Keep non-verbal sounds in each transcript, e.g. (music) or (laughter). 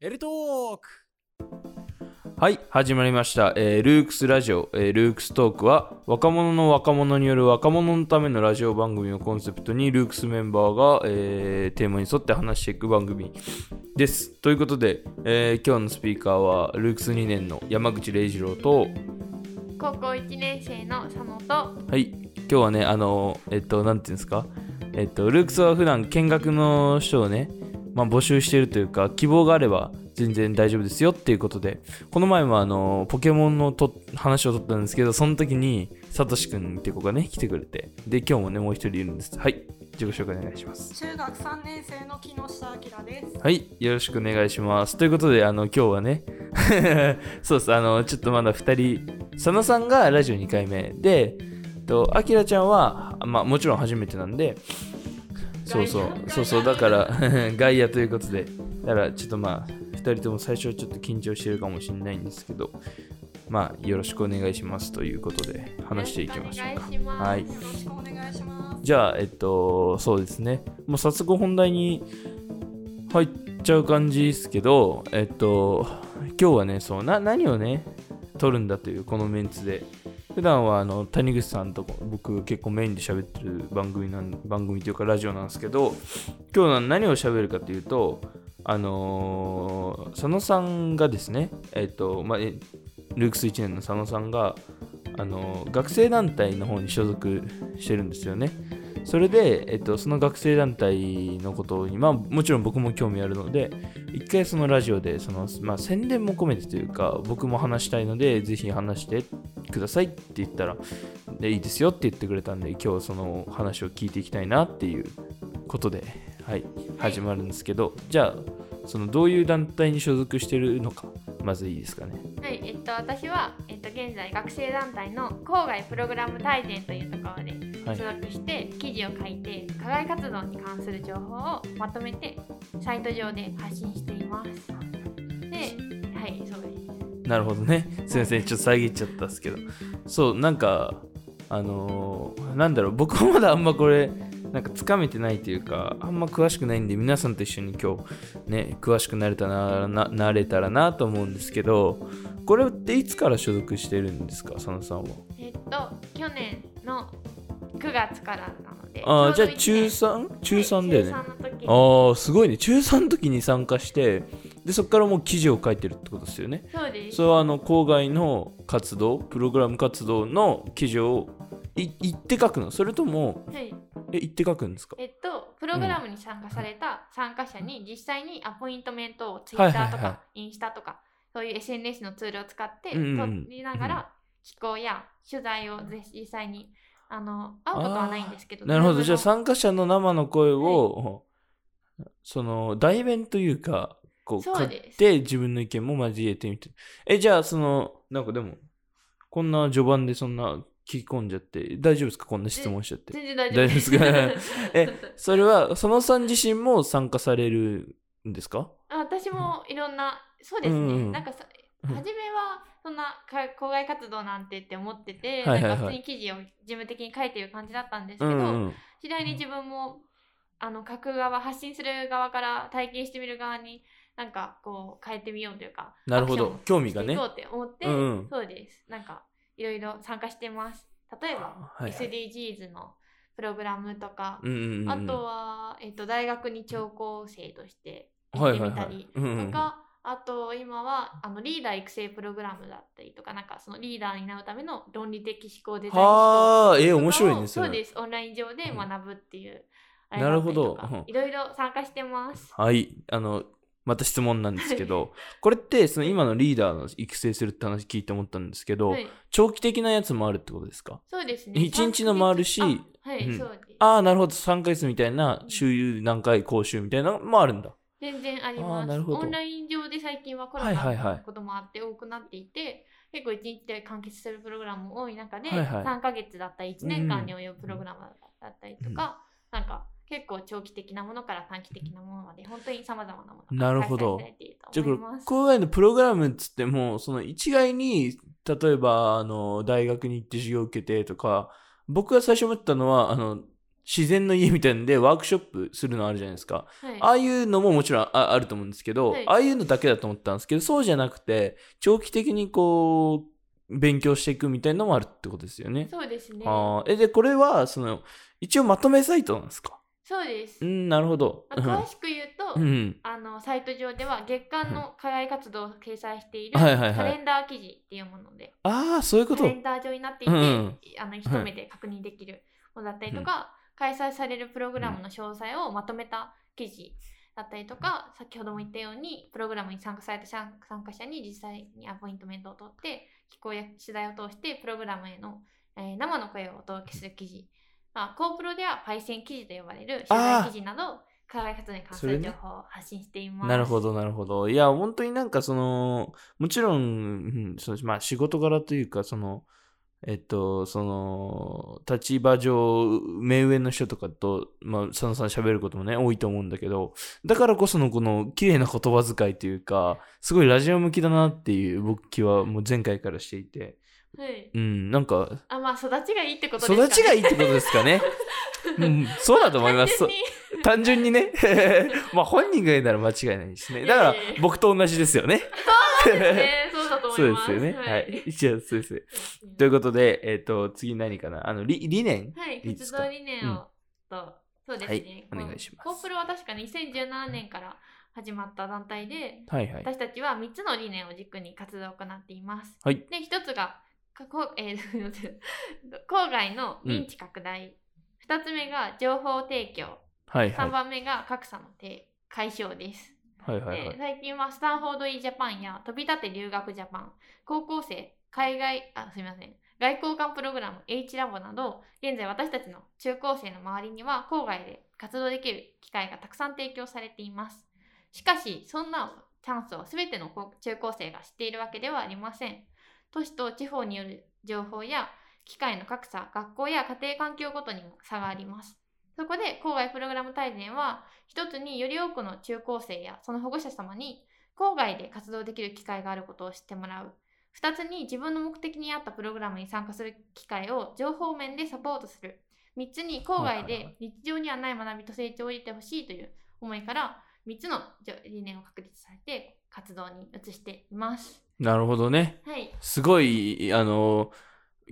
エルトークはい始まりました、えールークスラジオ、えールークストークは若者の若者による若者のためのラジオ番組をコンセプトにルークスメンバーが、えーテーマに沿って話していく番組ですということで、えー今日のスピーカーはルークス2年の山口礼二郎と高校1年生の佐野とはい、今日はね、あの、えっと、なんていうんですか、えっと、ルークスは普段見学の人をね、まあ、募集してるというか、希望があれば全然大丈夫ですよっていうことで、この前もあの、ポケモンのと話を取ったんですけど、その時に、サトシくんって子がね、来てくれて、で、今日もね、もう一人いるんです。はい、自己紹介お願いします。中学3年生の木下明です。はい、よろしくお願いします。ということで、あの、今日はね、 (laughs) そうです、あの、ちょっとまだ2人、佐野さんがラジオ2回目で、えっと、あきらちゃんは、まあ、もちろん初めてなんで、そうそうガイ、アそうそう、だから、 (laughs) 外野ということで、だから、ちょっとまあ、2人とも最初はちょっと緊張してるかもしれないんですけど、まあ、よろしくお願いしますということで、話していきましょうか。うかはいよろしくお願いします。じゃあ、えっと、そうですね。もう早速本題に入っちゃう感じですけど、えっと、今日はね、そうな何をね、撮るんだという、このメンツで。普段はあの谷口さんと僕結構メインで喋ってる番組なん番組というかラジオなんですけど今日は何を喋るかというとあのー佐野さんがですねえっ、とまあえルークス1年の佐野さんがあの学生団体の方に所属してるんですよね。それで、えっと、その学生団体のことに、まあ、もちろん僕も興味あるので、一回そのラジオでその、まあ、宣伝も込めてというか、僕も話したいので、ぜひ話してくださいって言ったら、でいいですよって言ってくれたんで、今日その話を聞いていきたいなっていうことで、はい、始まるんですけど、じゃあ、そのどういう団体に所属してるのか、まずいいですかね。はい、えっと私はえっと現在学生団体の郊外プログラム大全というところではい所属して、記事を書いて課外活動に関する情報をまとめてサイト上で発信しています。で、はい、そうです。なるほどね。すいません、ちょっと遮っちゃったっすけど。そう、なんか、あのーなんだろう、僕はまだあんまこれ、なんかつかめてないというか、あんま詳しくないんで、皆さんと一緒に今日、ね、詳しくなれたな、ななれたらなと思うんですけど、これっていつから所属してるんですか、佐野さんは。えっと去年の9月からなので、ああ、ちじょゃうあど一中年 3? 中3だよね。はい中3の時にああ、すごいね。中3の時に参加して、で、そこからもう記事を書いてるってことですよね。そうですそ。れはあの郊外の活動プログラム活動の記事をい行って書くのそれともはい。え行って書くんですかえっと、プログラムに参加された参加者に実際にアポイントメントをはいはい Twitter とはいかインスタとかそういう SNS のツールを使ってうんうんうん取りながら気候や取材をぜ実際にあの会うことはないんですけどなるほどじゃあさ参加者の生の声を、その代弁というかこうそう買ですって自分の意見も交えてみてえじゃあそのなんかでもこんな序盤でそんな聞き込んじゃって大丈夫ですかこんな質問しちゃって全然大丈夫大丈夫 (laughs) ですかえそれは佐野さん自身も参加されるんですかあ私もいろんなそうですね、うんうんなんかさうん初めはそんなか校外活動なんてって思ってて、はいはいはいなんか普通に記事を事務的に書いてる感じだったんですけうど、んうん次第に自分もあの書く側発信する側から体験してみる側になんかこう変えてみようというかなるほどアクションを興味がしていねこうって思って、うんうんそうですなんかいろいろ参加してます例えばはいはい SDGs のプログラムとか、うんうんうんあとは、えっと大学に聴講生として行はっいてはいみはたいりうんうんとかあと今はあのリーダー育成プログラムだったりとかなんかそのリーダーになるための論理的思考デザイン思考はあ、えー、面白いとかをね、そうれです。オンライン上で学ぶっていう。あれなるほどだったりとかうんいろいろ参加してます。はい、あの、また質問なんですけど、これって、その今のリーダーの育成するって話聞いて思ったんですけど、はい、長期的なやつもあるってことですかそうですね。一日のもあるしあはい、うんそうです。ああ、なるほど、3ヶ月みたいなう、ん週何回講習みたいなのもあるんだ。全然ありあーますなるほどオンライン上で最近はコロはいはいはいナのこともあって多くなっていて、結構一日で完結するプログラムも多い中で、はいはい3ヶ月だったり1年間に及ぶプログラムだったりとか、なんか結構長期的なものから短期的なものまで本当にさまざまなものながる開ほど催されているじとゃあこ思れいます。郊外のプログラムっつってもその一概に例えばあの大学に行って授業を受けてとか僕が最初思ったのは、あの、自然の家みたいなんでワークショップするのあるじゃないですか。はいああいうのももちろんああると思うんですけど、はいああいうのだけだと思ったんですけど、そうじゃなくて、長期的にこう、勉強していくみたいのもあるってことですよね。そうですねあーえ、で、これは、その、一応まとめサイトなんですかそうですうん、なるほど。まあ詳しく言うと、うん。あのサイト上では月間の課外活動を掲載しているはカいはいはレい。ンダー記事っていうもので、ああ、そういうこカとレ。ンダー上になっていて、うんあの一目で確認できるものだったりとか、開催されるプログラムの詳細をまとめた記事だったりとか、先ほども言ったようにプログラムに参加された参参加者に実際にアポイントメントを取って気候や取材を通してプログラムへの、えー生の声をお届けする記事、まあ、コープロではパイセン記事と呼ばれる取あー材記事など課外活動に関すそれるね情報を発信しています。なるほど、なるほど。いや、本当になんかその、もちろん、うんそのまあ、仕事柄というか、その、えっと、その、立場上、目上の人とかと、まあ、佐野さん喋ることもね、多いと思うんだけど、だからこそのこの、綺麗な言葉遣いというか、すごいラジオ向きだなっていう、僕気はもう前回からしていて、はいうん、なんか、あまあ育ちがいいってことですかね。育ちがいいってことですかね。うん、そうだと思います。 (laughs) 単純に単純にね (laughs) まあ本人がいいなら間違いないですねだからいやいやいや僕と同じですよねね、そうだと思そういでます。すよねはい。一応そうですうんということでえっ、と次何かなあの理理念はい、いいです活か動理念をと、そうですね。はいお願いしますコープロは確か2017年から始まった団体で、はいはい私たちは3つの理念を軸に活動を行っています。はいで、1つが、かこう (laughs) えーすいません郊外の認知拡大、2つ目が情報提供、はいはい3番目が格差の低解消です。はいはいはでい最近はスタンフォード・イ・ジャパンや飛び立て留学ジャパン高校生海外あすみません外交官プログラム H ラボなど現在私たちの中高生の周りには郊外で活動できる機会がたくさん提供されていますしかしそんなチャンスを全ての高中高生が知っているわけではありません都市と地方による情報や機会の格差学校や家庭環境ごとにも差がありますそこで郊外プログラム大全は一つにより多くの中高生やその保護者様に郊外で活動できる機会があることを知ってもらう二つに自分の目的に合ったプログラムに参加する機会を情報面でサポートする三つに郊外はいはいはで日常にはない学びと成長を得てほしいという思いから三つの理念を確立されて活動に移しています。なるほどねはい、すごいあの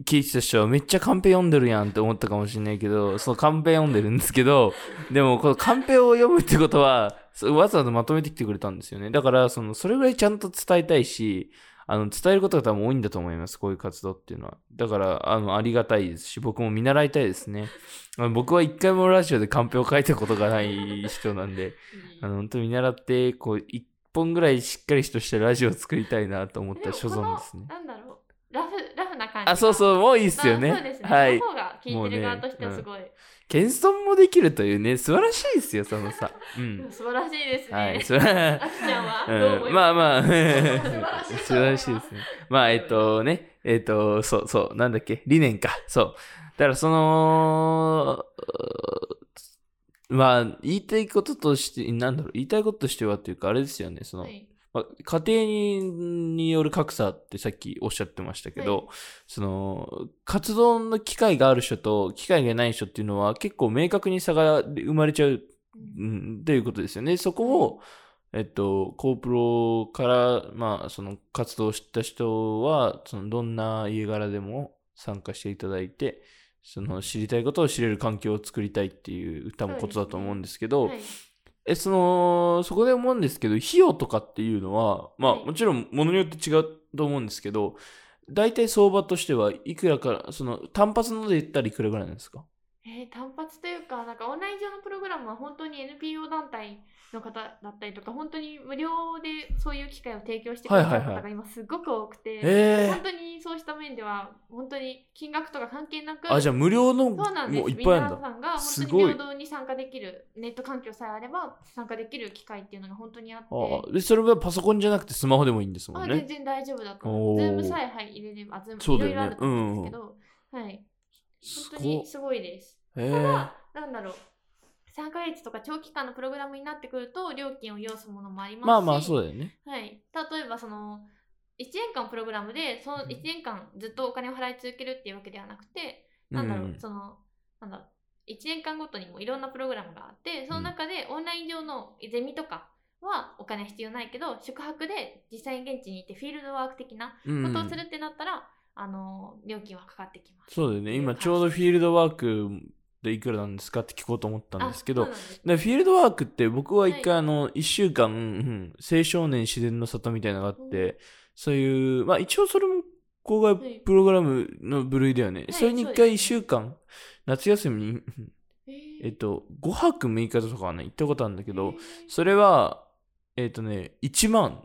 聞いてた人はめっちゃカンペ読んでるやんって思ったかもしれないけどそのカンペ読んでるんですけどでもこのカンペを読むってことはそうわざわざまとめてきてくれたんですよねだからそのそれぐらいちゃんと伝えたいしあの伝えることが多分多いんだと思いますこういう活動っていうのはだからあのありがたいですし僕も見習いたいですねあの僕は一回もラジオでカンペを書いたことがない人なんであの本当見習ってこう一本ぐらいしっかりとしたラジオを作りたいなと思った所存ですねもこのなんだろうラフラフな感じあ、そうそう、もういいっすよまあそうねで。すね。はいそ。の方が聞いてる側としてはすごい、謙遜もできるというね、素晴らしいですよ、そのさ。うん。素晴らしいですね。はい、それはあきちゃんはどう思ういん、まあますまあ、素らしい晴らしいですね。まあ、えっとね、えっと、そうそう、なんだっけ、理念か、そう。だから、その、まあ、言いたいこととして、なんだろう、言いたいこととしてはっていうか、あれですよね、その、はいまあ、家庭にによる格差ってさっきおっしゃってましたけど、はいその活動の機会がある人と機会がない人っていうのは結構明確に差が生まれちゃう、うん、っていうことですよね。そこを、えっと、コープロから、まあ、その活動を知った人はそのどんな家柄でも参加していただいてその知りたいことを知れる環境を作りたいっていう多分ことだと思うんですけど。はいえ、その、そこで思うんですけど、費用とかっていうのは、まあ、はいもちろん、ものによって違うと思うんですけど、大体相場としてはいくらから、その、単発ので言ったらいくらぐらいなんですかえー単発というか、なんかオンライン上のプログラムは本当に NPO 団体の方だったりとか、本当に無料でそういう機会を提供してくれはたいはいはい方が今すごく多くて、え本当にそうした面では、本当に金額とか関係なえく、あ、じゃあ無料の、そうなんです。もういっぱいあるんだ。皆さんがす本当ごいに平等に参加できる、ネット環境さえあれば参加できる機会っていうのが本当にあって、ああで、それはパソコンじゃなくてスマホでもいいんですもあん全ね。然大丈夫だと思おう。ズーームさえ、はい、入れれば、ズーそムういろいろあだよねると思うんですけど、はい、す本当ごっに。すごいです。ええなんだろう。3ヶ月とか長期間のプログラムになってくると料金を要すものもありますしまあまあ、そうだよね。はい、例えばその1年間プログラムでその1年間ずっとお金を払い続けるっていうわけではなくてなんだろう、うんその、なんだろう、1年間ごとにもいろんなプログラムがあって、その中でオンライン上のゼミとかはお金必要ないけど、宿泊で実際に現地に行ってフィールドワーク的なうんことをするってなったら、あの、料金はかかってきます。そうだよね今ちょうどフィールドワークでいくらなんですかって聞こうと思ったんですけどあそうなんですでフィールドワークって僕は一回、はいあの1週間、うん青少年自然の里みたいなのがあって、うんそういうまあ一応それも校外はいプログラムの部類だよね、いそれに一そうです回1週間夏休みにうんへーえっと5泊6日とかはね行ったことあるんだけへどーそれはえっとね1万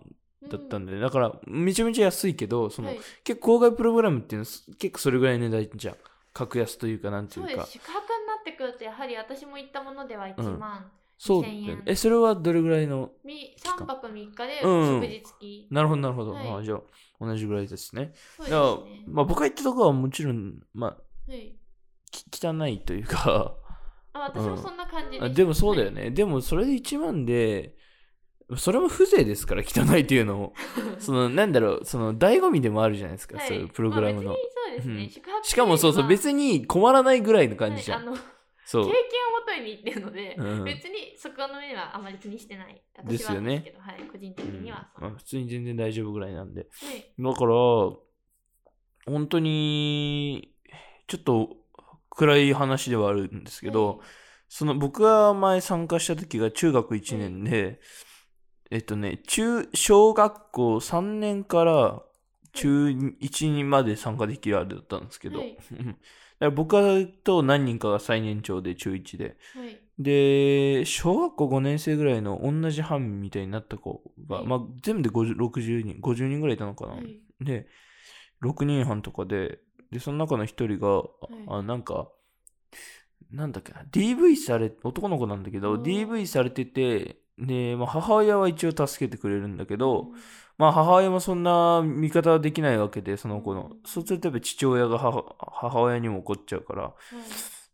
だったんで、だよね、だからめちゃめちゃ安いけどその、はい結構校外プログラムっていうのは結構それぐらいの値段じゃん格安というかなんていそううでかす。宿泊になってくると、やはり私も行ったものでは1万、そう2000円だよねえそれはどれぐらいのみ3泊3日でうん食事付き。なるほど、なるほど。はいまあ、じゃあ、同じぐらいですね。そうだかですらね、まあ、僕が行ったとこはもちろん、まあ、はいき汚いというか、あ私もそんな感じでした、あでもそうだよね。でも、それで1万で、それも風情ですから、汚いっていう (laughs) のも。その、なんだろう、その、醍醐味でもあるじゃないですか、はい、そういうプログラムのまあ。別にそうですね、うん宿泊しかも、そうそう、別に困らないぐらいの感じじゃはいん。あの経そう験をも。とに行ってるので、うん別にそこの目はあまり気にしてない。ですよ私ねはですけど、はい、個人的うんにはまそう、あ普通に全然大丈夫ぐらいなんで。はいだから、本当に、ちょっと暗い話ではあるんですけど、はいその僕が前参加した時が中学1年で、えっとね、中、小学校3年から中1にまで参加できるあれだったんですけど、は (laughs) だいから僕と何人かが最年長で中1で、はいで、小学校5年生ぐらいの同じ班みたいになった子が、はいまあ全部で50 60人、50人ぐらいいたのかな。はいで6人半とかででその中の1人が、はあなんかなんだっけな DV され男の子なんだけどおー DV されててで、まあ、母親は一応助けてくれるんだけど、まあ母親もそんな味方はできないわけでその子の、うんそうするとやっぱ父親が母母親にも怒っちゃうからうんはい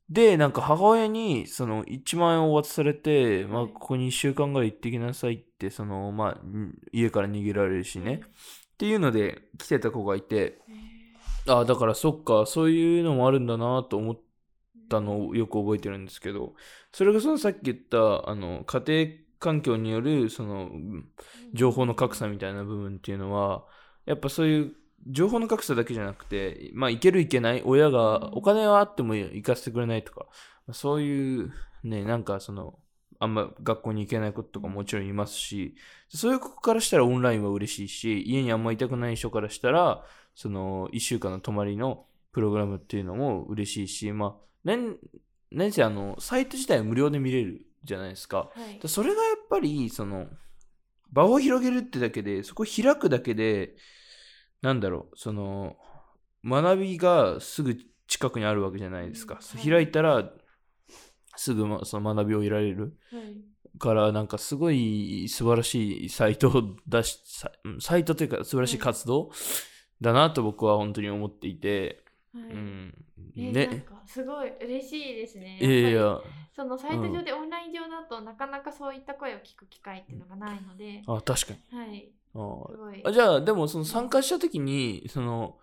でなんか母親にその1万円を渡されて、まあ、はいここに1週間ぐらい行ってきなさいってその、まあ、ん家から逃げられるしね、っ、ていうので来てた子がいてうんああだからそっかそういうのもあるんだなと思ったのをよく覚えてるんですけどそれがそのさっき言ったあの家庭環境によるそのうん情報の格差みたいな部分っていうのはやっぱそういう情報の格差だけじゃなくてまあいけるいけない親うんがお金はあっても行かせてくれないとかそういうねなんかそのあんま学校に行けない子とかももちろんいますしそういう子からしたらオンラインは嬉しいし家にあんまいたくない人からしたらその1週間の泊まりのプログラムっていうのも嬉しいしまあ年年生あのサイト自体は無料で見れるじゃないですかはいでそれがやっぱりその場を広げるってだけでそこ開くだけでなんだろうその学びがすぐ近くにあるわけじゃないですか、うんはい開いたらすぐまその学びを得られるはいからなんかすごい素晴らしいサイトを出しさうんサイトというか素晴らしい活動だなと僕は本当に思っていて、はいうんえーなんねかすごい嬉しいですね。いやいやいやっぱやりそのサイト上で、オンライン上だとなかなかそういった声を聞く機会っていうのがないので、あ確かにはい、あすごい。あじゃあでもその参加した時にその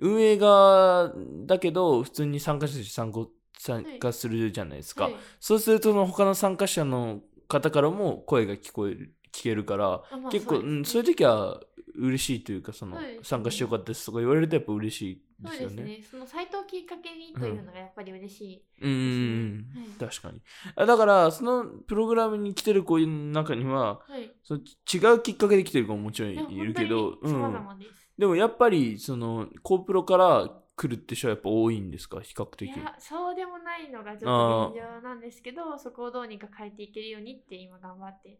運営側だけど普通に参加者として参考参加するじゃないですか、はいそうするとその他の参加者の方からも声が聞こえる聞けるからあまあ結構うんそそうういう時は嬉しいというかそのはい参加してよかったですとか言われるとやっぱ嬉しいでですすねそうよですね。ね。そのサイトをきっかけにというのがやっぱり嬉しい。うんうんそううでんすね確かにあだからそのプログラムに来てる子の中にははい。その違うきっかけで来てる子ももちろんでもいるけど本、当に様うん々です。でもやっぱりそのコープロから来るって人はやっぱ多いんですか比較い的。やそうでもないのがちょっと現状なんですけどそこをどうにか変えていけるようにって今頑張って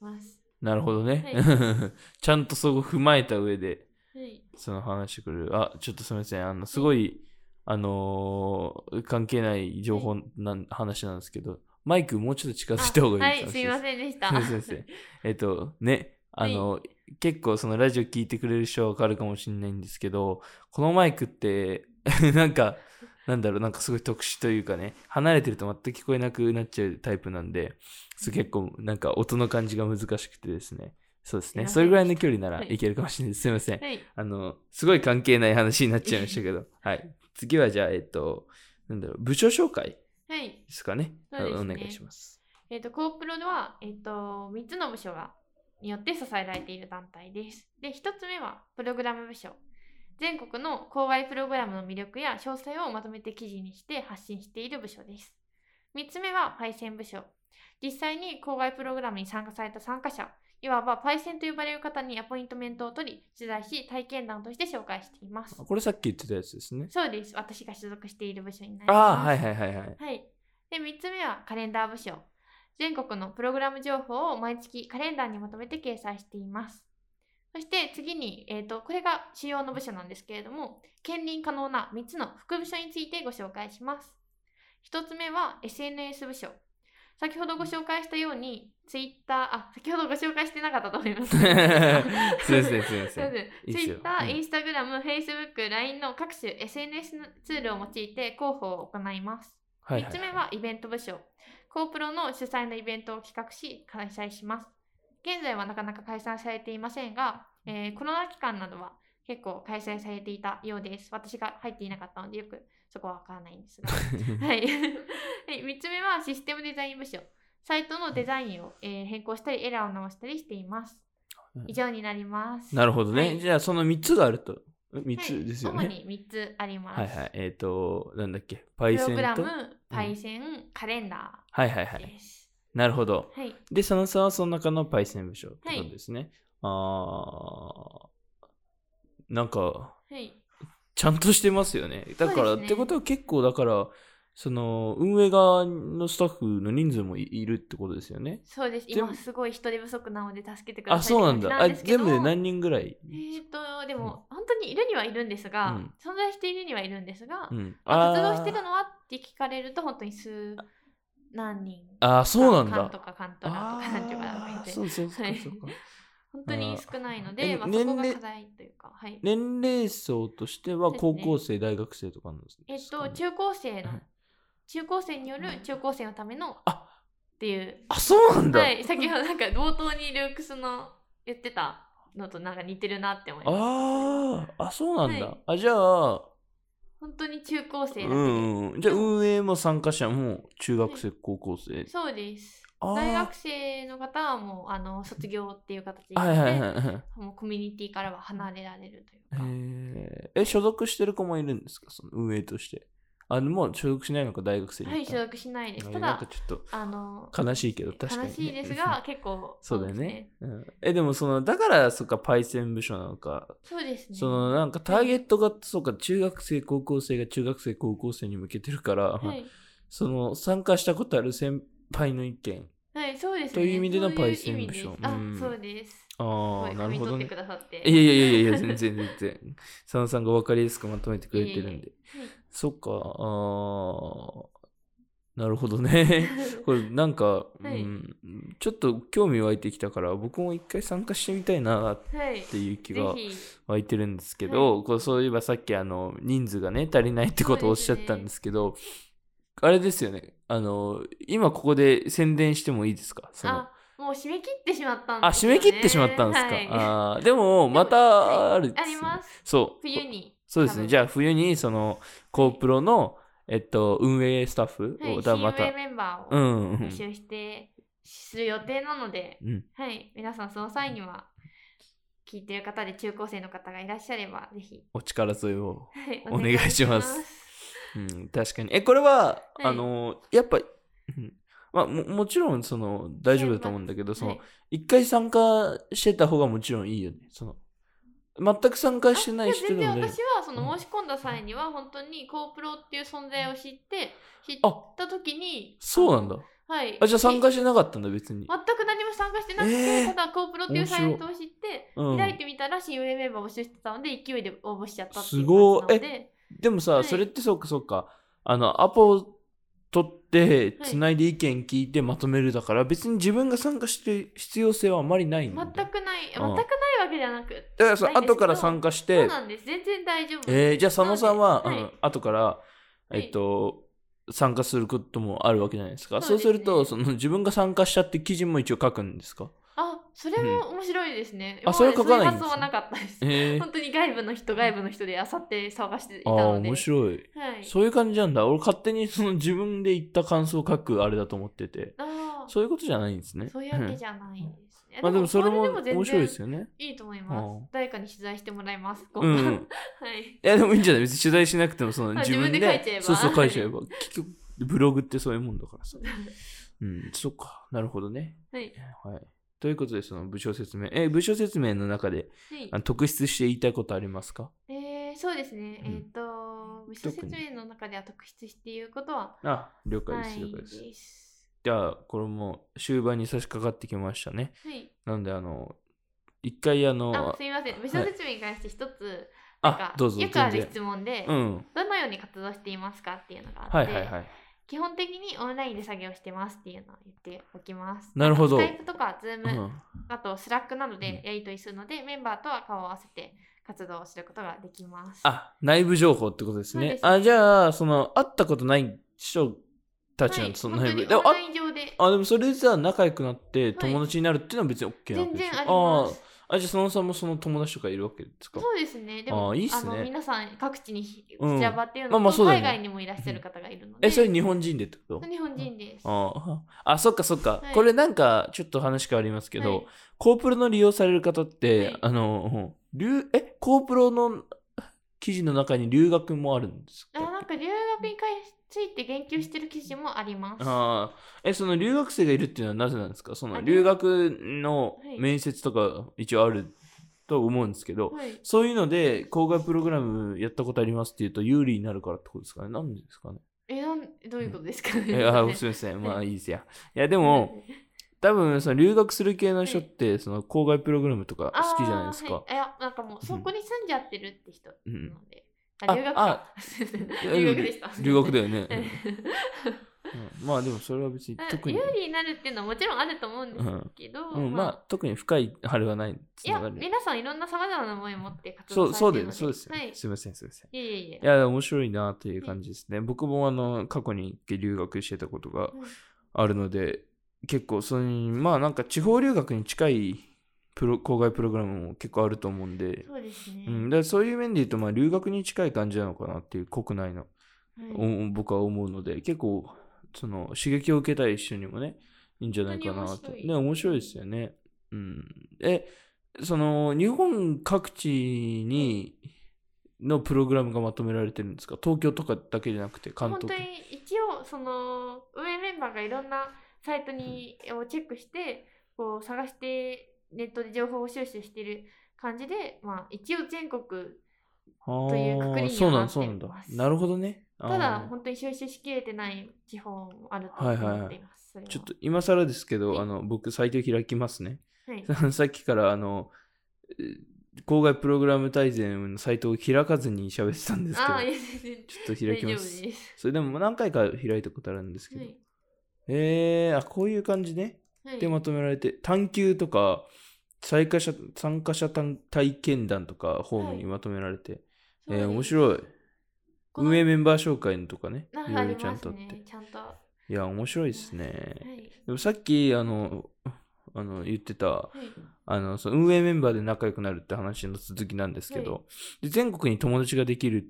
ます。なるほどね。は (laughs) ちゃんとそこ踏まえた上ではい、その話してくれる。あちょっとすみませんあのすごい、あのー関係ない情報なん、話なんですけどマイクもうちょっと近づいた方がいいはい、すいませんでした。 (laughs) 先生えっとねあの、は結構そのラジオ聞いてくれる人はわかるかもしれないんですけどこのマイクって (laughs) なんかなんだろうなんかすごい特殊というかね離れてると全く聞こえなくなっちゃうタイプなんでそう結構なんか音の感じが難しくてですねそうですすいね。ませんそれぐらいの距離ならはいいけるかもしれないです。すいません。はい。あの、すごい関係ない話になっちゃいまし (laughs) たけど。はい。次はじゃあ、えっと、なんだろう、部署紹介はい。ですかね。そうですねお願いします。えっ、と、コープロでは、えっ、と、3つの部署が、によって支えられている団体です。で、1つ目は、プログラム部署。全国の校外プログラムの魅力や詳細をまとめて記事にして発信している部署です。3つ目は、パイセン部署。実際に校外プログラムに参加された参加者、いわばパイセンと呼ばれる方にアポイントメントを取り、取材し、体験談として紹介しています。これさっき言ってたやつですね。そうです。私が所属している部署になります。ああ、はいはいはい (laughs) はい。はい。で、3つ目はカレンダー部署。全国のプログラム情報を毎月カレンダーにまとめて掲載しています。そして次に、えー、とこれが主要の部署なんですけれども、兼任可能な3つの副部署についてご紹介します。1つ目は SNS 部署。先ほどご紹介したように、ツイッター、あ、先ほどご紹介してなかったと思い (laughs) ます。すいそうんです。ません、すいませ。いいっすよ Twitter、うん Instagram、Facebook、LINE の各種 SNS ツールを用いて広報を行います。はい3つ目はイベント部署。コープロの主催のイベントを企画し、開催します。現在はなかなか開催されていませんが、えーコロナ期間などは結構開催されていたようです。私が入っていなかったので、よくそこはわからないんです (laughs) が。はい、 (laughs) はい、3つ目はシステムデザイン部署。サイトのデザインを、えー変更したり、エラーを直したりしていますうん。以上になります。なるほどね。はいじゃあ、その3つがあると。は3いつですよね。主に3つあります。はいはい。えっ、と、なんだっけ、パプイロセングラとム。、パイセン、カレンダはいはいはーい。です。なるほど。はい。で、佐野さんはその中のパイセン部署ってことですね。あー、なんか、はい。ちゃんとしてますよね。だから、そうですねってことは結構、だから、その、運営側のスタッフの人数もいいるってことですよね。そうです。全部今すごい人手不足なので助けてくださいあ、そうなんってだ。感あじですけ全ど部で何人ぐらい、えー、と、でも、本当にいるにはいるんですが、うん存在しているにはいるんですが、うん。まああー活動してるのはって聞かれると、本当に数何人。あー、そうなんカンだと。かカントラとあかなんとかなんかあー、言そうってそうそうそうか。本当に少ないのえで、まあ、年そこが齢課題というか、はい。年齢層としてそはうです高ね校生、大学生とかなんですか、えね、っと、中高生のはい、中高生による中高生のためのっあていう、あそうなんだ、はい、先ほどなんか冒頭にルークスの言ってたのとなんか似てるなって思います。あーあそうなんだ、はいあじゃあ本当に中高う生だけで、んうんじゃあ運営も参加者も中学生、高校生そうですあー大学生の方はもうあの卒業っていう形で、はいはいはいはいもうコミュニティからは離れられるというか、えーえ所属してる子もいるんですかその運営としてあでも所属しないのか大学生にはい所あ属しないですたなんかだちょっあのと悲しいけど確かにね、悲しいですが結構そうだよね、うん、えでもそのだからそっかパイセン部署なのかそうですねそのなんかターゲットが、そうか中学生高校生が中学生高校生に向けてるから、はい、その参加したことある先輩の意見はい、そうですねという意味でのパイセンそういう意部味署ですあ、うんそうですあすあごないるみほど取ってねくださっていやいやいやいや全然全然 (laughs) 佐野さんが分かりやすくまとめてくれてるんでそっかあーなるほどね (laughs) これなんか、はいうん、ちょっと興味湧いてきたから僕も一回参加してみたいなっ (laughs) はい、はい、ていう気ぜがひ湧いてるんですけど、こうそういえばさっきあの人数がね足りないってことをおっしゃったんですけどあれですよねあの今ここで宣伝してもいいですかそのあもう締め切ってしまったんあです締よねめ切ってしまったんですか、はい、あーでも (laughs) でもまたあるんありますそう冬にそうですねじゃゃあ冬にそのコープロの、えっと、運営スタッフあはを、い、だまた、 CUA メンバーうをんうん募集して、する予定なので、うんはい、皆さんその際には聞いてる方で中高生の方がいらっしゃればぜひ、お力添えを、はいお願いしますお願いうん、確かにえこれは、いあのやっぱ、うんまあ、ももちろんその大丈夫だと思うんだけどその、はい一回参加してた方がもちろんいいよね。その全く参加してないあ人でやも全然ね私。はそのうん申し込んだ際には本当にコープロっていう存在を知って知っあた時にそうなんだ。はいあ、じゃあ参加ししてなかったんだ、別全に。く何も参加してなくて、えーただコープロっていうサイトを知って、うん開いてみたら新ウェメンバー募集してたので勢いで応募しちゃったっていうすごい感じなのででもさ、はいそれってそうかそうか。あの、アポを取って、はいつないで意見聞いてまとめるだから、別に自分が参加してる必要性はあまりないん全だ。くない全くうなんいわけじゃなくてだからなさい、ですけど後から参加しそうて、なんです全然大丈夫ですえー、じゃあ佐野さんは、なのでうん、後から、いえっと、参加することもあるわけじゃないですか。そそううですすねると、その自分が参加したって記事も一応書くんですかあそれも面白いですね。あそれは書かないん今まででそすういう発想はなかったです。えー、本当に外部の人、外部の人であさって探していあたあーので。面白いはい。そういう感じなんだ俺勝手にその自分で言った感想を書くあれだと思っててああ、そういうことじゃないんですねそういうわけじゃないですね。うんまあでもそれもこ全面白いです然よねいいと思いまうすん。誰かに取材してもらいます。うん、うん、い (laughs) はい。やでもいいんじゃない別に取材しなくてもそのあ自分で自分で書いちゃえばそうそう書いちゃえば結局ブログってそういうもんだからさうんそっかなるほどねはい。はいということでその部署説明え部署説明の中ではいあの特筆して言いたいことありますかえー、そうですね。うんえっ、と、部署説明の中では特筆して言うことはあ了解なですい了解ですです。じゃあこれも終盤に差し掛かってきましたねはい。なんであの一回あのあ、すみません。部署説明に関して一つ、なんあかどうぞよくある全然質問で、うんどのように活動していますかっていうのがあって、はいはいはい基本的にオンラインで作業してますっていうのを言っておきます。なるほどスカイプとか Zoom、うんあと Slack などでうやり取りするので、メンバーとは顔を合わせて活動をすることができます。あ内部情報ってことですそうねですあじゃあその会ったことない人たちはなんい、てそ本の当内部にでオンもあライン上であでもそれでさ仲良くなってい友達になるっていうのは別に OK なわけ全ですよ然あります。あーあじゃあそのさんもその友達とかいるわけですかそうですね。であも、ーいいっすねあの皆さん各地にひうん散らばっているまあまのあそと、うだ海よね外にもいらっしゃる方がいるので、えそれ日本人でってこと日本人です。あああそっかそっか、はいこれなんかちょっと話変わりますけど、はいコープロの利用される方って、はいあの留えコープロの記事の中に留学もあるんですあかなんか留学について言及してる記事もあります。あーえその留学生がいるっていうのはなぜなんですかそのあ留学のはい面接とか一応あると思うんですけど、はい、そういうので校外プログラムやったことありますっていうと有利になるからってことですかねなんでですかねえなんどういうことですかね。(laughs) えあーすいませんまあいいですやいやででも、多分その留学する系の人って、その郊外プログラムとかあー好きじゃないですか。はい、いやなんかもうそこに住んじゃってるって人なので、んあ留学か留学でした。留 (laughs) 学だよね。はい。うんまあでもそれは別に特に有。利になるっていうのはもちろんあると思うんですけど、うん、まあ特に深いあれはない。いやつながり皆さんいろんなさまざまな思いを持って活そ動うさそうれてるのだよね。で、そうですよはい、ね。すみません、すみません。いえいえいえいや、面白いなという感じですね。僕もあの過去に留学してたことがうんあるので、結構それに、まあなんか地方留学に近いプロ郊外プログラムも結構あると思うんで、そうですね。うん、だからそういう面で言うと、まあ、留学に近い感じなのかなっていう国内の、はいお僕は思うので結構その刺激を受けたい人にもねいいんじゃないかな本と当に面白いね面白いですよね。うん、えその日本各地にのプログラムがまとめられてるんですか東京とかだけじゃなくて関本東当とかに一応その運営メンバーがいろんなサイトにをチェックしてこう探してネットで情報を収集している感じで、まあ、一応全国というくくりにはなってあまーすそうなんそうなんだなるほどね。あーただ本当に収集しきれてない地方もあると思っています。それはちょっと今更ですけど、はいあの僕サイト開きますね。 (laughs) はい、さっきからあのえー郊外プログラム大全のサイトを開かずに喋ってたんですけどああいや全然ちょっと開き大丈夫ますです。それでも何回か開いたことあるんですけはど、いえー、あこういう感じねはい、でまとめられて探求とか参加者参加者探体験談とかホームにまとめられて、そうえですー面白いこの運営メンバー紹介のとかねなんいかろあいろりちまゃんとすあって、ね。ちゃんと。はいや面白いですね、い。でもさっきあのあの言ってたはい。あのその運営メンバーで仲良くなるって話の続きなんですけど、はで全国に友達ができる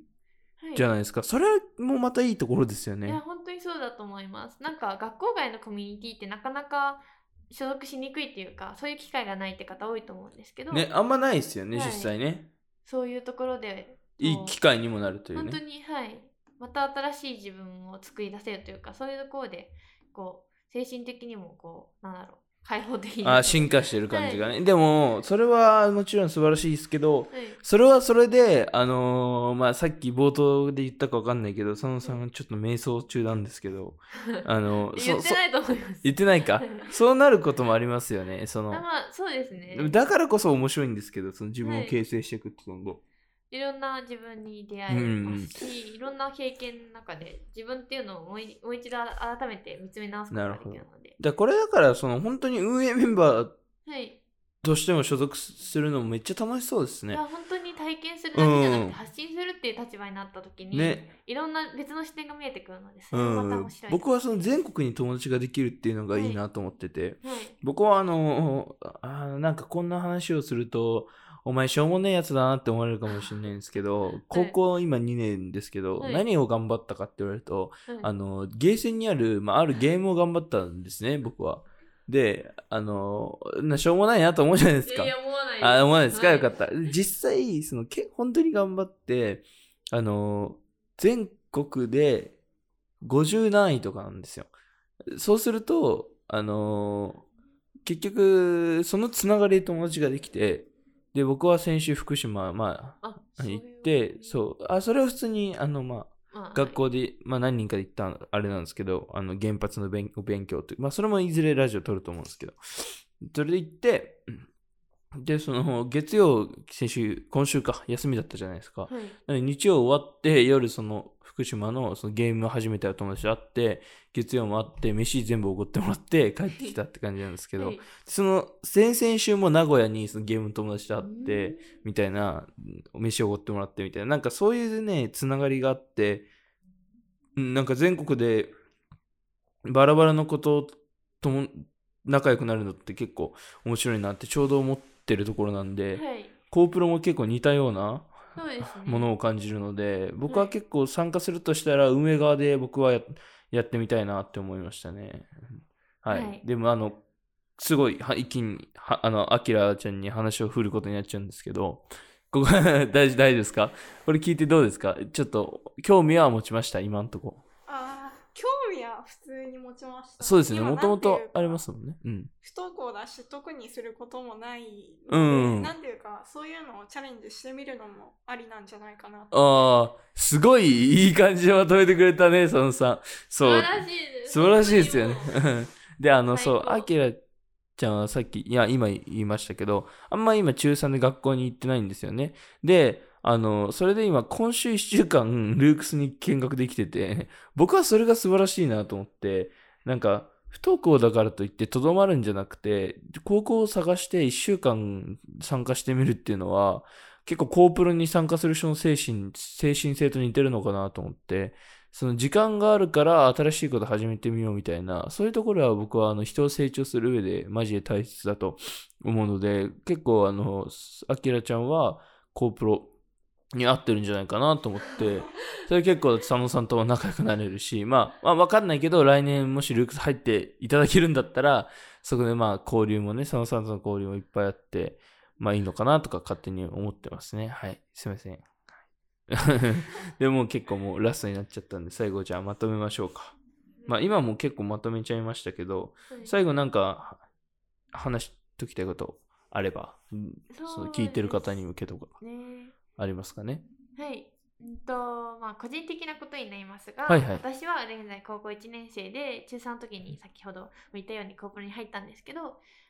はいじゃないですか、それもまたいいところですよいやね。本当にそうだと思いますなんか学校外のコミュニティってなかなか所属しにくいっていうかそういう機会がないって方多いと思うんですけど、ねあんまないですよね、はい実際ね。そういうところでいこいう機会にもなるという本当ね。にはいまた新しい自分を作り出せるというかそういうところでこう精神的にもこうなんだろう開放的にあー進化してる感じがね、でもそれはもちろん素晴らしいですけどはいそれはそれであのーまあさっき冒頭で言ったかわかんないけど佐野さんがちょっと迷走中なんです (laughs) けどあのー言っそてないと思いますそ言ってないかそうなることもありますよねそあのまあそうですねでもだからこそ面白いんですけどその自分を形成していくっていうので、いろんな自分に出会えますし、いろんな経験の中で自分っていうのをもういもう一度改めて見つめ直すことができるのでだからこれだからその本当に運営メンバーはい、としても所属するのもめっちゃ楽しそうですいねや本当に体験するだけじゃなくて発信するっていう立場になった時に、ね、いろんな別の視点が見えてくるのです、うまたん面白、い僕はその全国に友達ができるっていうのがいいなと思ってて、はい僕はあのあーなんかこんな話をするとお前しょうもねえやつだなって思われるかもしれないんですけど高校今2年ですけど、はい何を頑張ったかって言われると、うんあのゲーセンにある、まあ、あるゲームを頑張ったんですね僕は。であのなしょうもないなと思うじゃないですかい。や思わないですあ、思わないですか、はよかった。実際、その、け、本当に頑張って、あの、全国で50何位とかなんですよ。そうすると、あの、結局、そのつながりで友達ができて、で、僕は先週福島、まああ、行って、そう、あ、それは普通に、あの、まあ、う、まあ学校で、まあ、何人かで行ったあれなんですけどあの原発の勉お勉強という、まあ、それもいずれラジオ撮ると思うんですけどそれで行ってうんでその月曜先週今週か休みだったじゃないですかはい、はいなので日曜終わって夜その福島のそのゲーム始めた友達と会って月曜も会って飯全部おごってもらって帰ってきたって感じなんですけど、はいその先々週も名古屋にそのゲームの友達と会って、うんみたいな、うんお飯をおごってもらってみたいな、なんかそういうね、つながりがあって、うんなんか全国でバラバラのこととも仲良くなるのって結構面白いなってちょうど思ってるところなんはで、い、コープロも結構似たようなそうですね。ものを感じるので、僕ははい結構参加するとしたら運営側で僕はややってみたいなって思いましたね。はい。はいでもあの、すごい、は一気に、はあの、アキラちゃんに話を振ることになっちゃうんですけど、ここ (laughs) 大事、大事ですかこれ聞いてどうですかちょっと、興味は持ちました、今んとこ。あー興味は普通に持ちました。そうですね、もともとありすますもんね。うん。不登校だし特にすることもないので、うんなんていうかそういうのをチャレンジしてみるのもありなんじゃないかなとああ、すごいいい感じでまとめてくれたね、そのさん。素そう晴。らしいです。素晴らしいですよね本当にもう。で、あの、最そ高う、アキラちゃんはさっき、いや、今言いましたけど、あんま今中3で学校に行ってないんですよね。で、あの、それで今、今週1週間、ルークスに見学できてて、僕はそれが素晴らしいなと思って、なんか、不登校だからといってとどまるんじゃなくて、高校を探して1週間参加してみるっていうのは、結構コープロに参加する人の精神、精神性と似てるのかなと思って、その時間があるから新しいこと始めてみようみたいな、そういうところは僕はあの人を成長する上でマジで大切だと思うので、結構あの、アキラちゃんはコープロに合ってるんじゃないかなと思って、それ結構佐野さんとも仲良くなれるし、まあ、まあわかんないけど、来年もしルークス入っていただけるんだったら、そこでまあ交流もね、佐野さんとの交流もいっぱいあって、まあいいのかなとか勝手に思ってますね。はい。すいません。でもう結構もうラストになっちゃったんで、最後じゃあまとめましょうか。まあ今も結構まとめちゃいましたけど、最後なんかは話しときたいことあれば、うんその聞いてる方に向けとかねありますかね。はい。うんとまあ、個人的なことになりますが、はいはい私は現在高校1年生で中3の時に先ほども言ったようにコープロに入ったんですけど、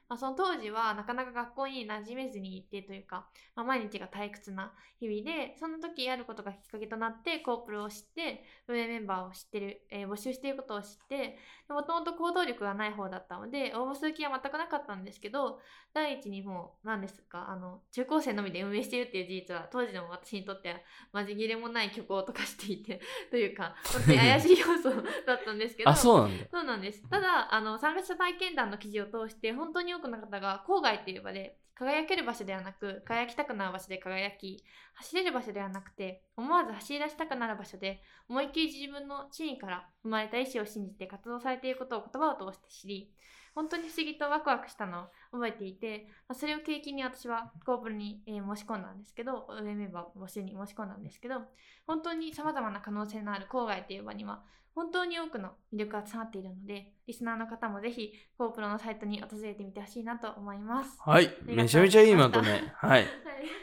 まあ、その当時はなかなか学校に馴染めずにいてというか、まあ、毎日が退屈な日々でその時あることがきっかけとなってコープロを知って運営メンバーを知ってる、えー募集していることを知ってもともと行動力がない方だったので応募する気は全くなかったんですけど第一にもう何ですかあの中高生のみで運営しているっていう事実は当時の私にとってはまじ切れもない虚構とかしていてというか本当に怪しい要素だったんですけどあ、そうなんだ。そうなんです。ただ、あの、参加者体験談の記事を通して、本当に多くの方が郊外という場で、輝ける場所ではなく、輝きたくなる場所で輝き、走れる場所ではなくて、思わず走り出したくなる場所で、思いっきり自分の真意から生まれた意思を信じて活動されていることを言葉を通して知り、本当に不思議とワクワクしたのを覚えていて、まあそれを契機に私はコープルに、えー申し込んだんですけど、運営メンバー募集に申し込んだんですけど、本当に様々な可能性のある郊外という場には、本当に多くの魅力が詰まっているので、リスナーの方もぜひ、コープロのサイトに訪れてみてほしいなと思います。はい。りがとうめちゃめちゃいいまとめ。はい。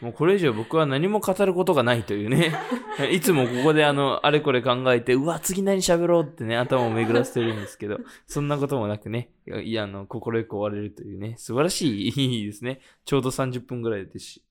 もうこれ以上僕は何も語ることがないという (laughs) ね。いつもここであの、あれこれ考えて、うわ、次何喋ろうってね、頭を巡らせてるんですけ (laughs) ど、そんなこともなくね、いや、あの、心よく終われるというね、素晴らしい、いいですね。ちょうど30分ぐらいですし。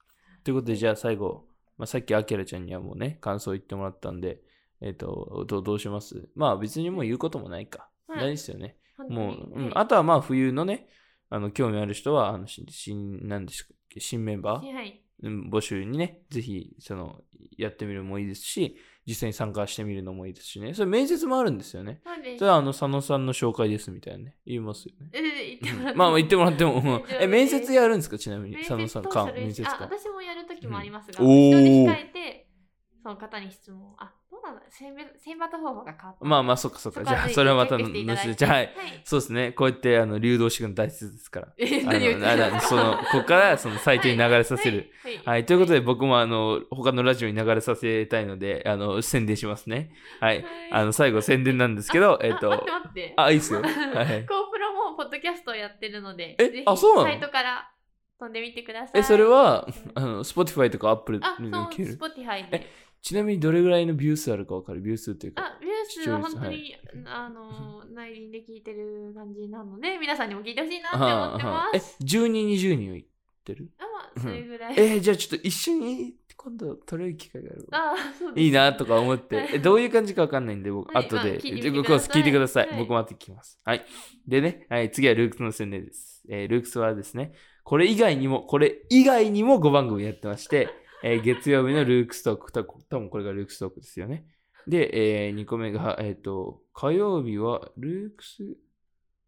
ということで、じゃあ最後、まあ、さっきアキラちゃんにはもうね、感想言ってもらったんで、えっ、とどう、どうしますまあ別にもう言うこともないか。はいないですよね。本当にもう、うんはいあとはまあ冬のね、あの、興味ある人は、あの、新、新、なんですか新メンバーはい。うん募集にね、ぜひ、その、やってみるのもいいですし、実際に参加してみるのもいいですしね。それ面接もあるんですよね。そうですそれはあの、佐野さんの紹介ですみたいなね、言いますよね。え言ってもらってまあまあ言ってもらっても、う (laughs) 大ん丈夫え、面接やるんですかちなみに、面佐野接さん、とか書類面接あ官。私もやる時もありますが、うん後ろでおー控えてその方に質問をあどうなんだ選別選抜方法が変わったまあまあ、そっかそっか。こじゃあ、ぜひそれはまたチェックしていだい後てで、じゃあ、はい。はい、そうですね。こうやって、あの、流動していくの大切ですから。えあ (laughs) の、何を言ってあるのその、ここから、その、サイトに流れさせる。はい、はいはい。ということで、僕も、あの、他のラジオに流れさせたいので、あの、宣伝しますね。はい。あの、最後、宣伝なんですけど、えっあ待っとて、待ってあ、いいっすよ。はい。コープロもポッドキャストをやってるので、えぜひあそうなのサイトから飛んでみてください。え、それはうん、 (laughs) あの、Spotify とか Apple あ、にそう、受ける。 Spotify で。ちなみに、どれぐらいのビュー数あるかわかるビュー数というか。あ、ビュースは本当はに、あの、内輪で聞いてる感じなので、皆さんにも聞いてほしいなって思ってまえす。、 10人、20人はいってるあ、まあ、それぐらい。えーじゃあちょっと一緒に今度撮れる機会があるわあ、そうです。 (laughs) いいなとか思って、えどういう感じかわかんないんで、僕、はい後まあ聞いで、てみじゃてあください僕は聞いてください。はい僕待ってきます。はい。でね、はい、次はルークスの宣伝です。えールークスはですね、これ以外にも、これ以外にも5番組やってまして、えー月曜日のルークストーク、た多分これがルークストークですよね。で、え2個目が、えっ、と、火曜日はルークス、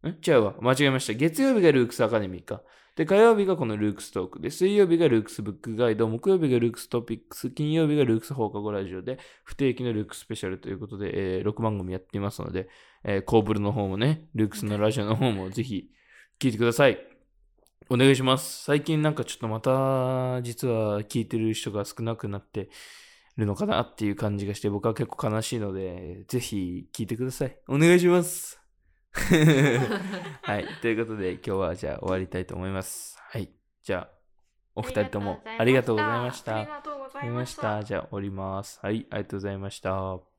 ん違うわ。間違えました。月曜日がルークスアカデミーか。で、火曜日がこのルークストークで、水曜日がルークスブックガイド、木曜日がルークストピックス、金曜日がルークス放課後ラジオで、不定期のルークスペシャルということで、えー6番組やっていますので、えー、コーブルの方もね、ルークスのラジオの方もぜひ聞いてください。お願いします。最近なんかちょっとまた、実は聞いてる人が少なくなってるのかなっていう感じがして、僕は結構悲しいので、ぜひ聞いてください。お願いします。 (laughs) はい。ということで、今日はじゃあ終わりたいと思います。はい。じゃあ、お二人ともありがとうございましあた。りがとうござあいりままししたた。。じゃあ、終わります。はい。ありがとうございました。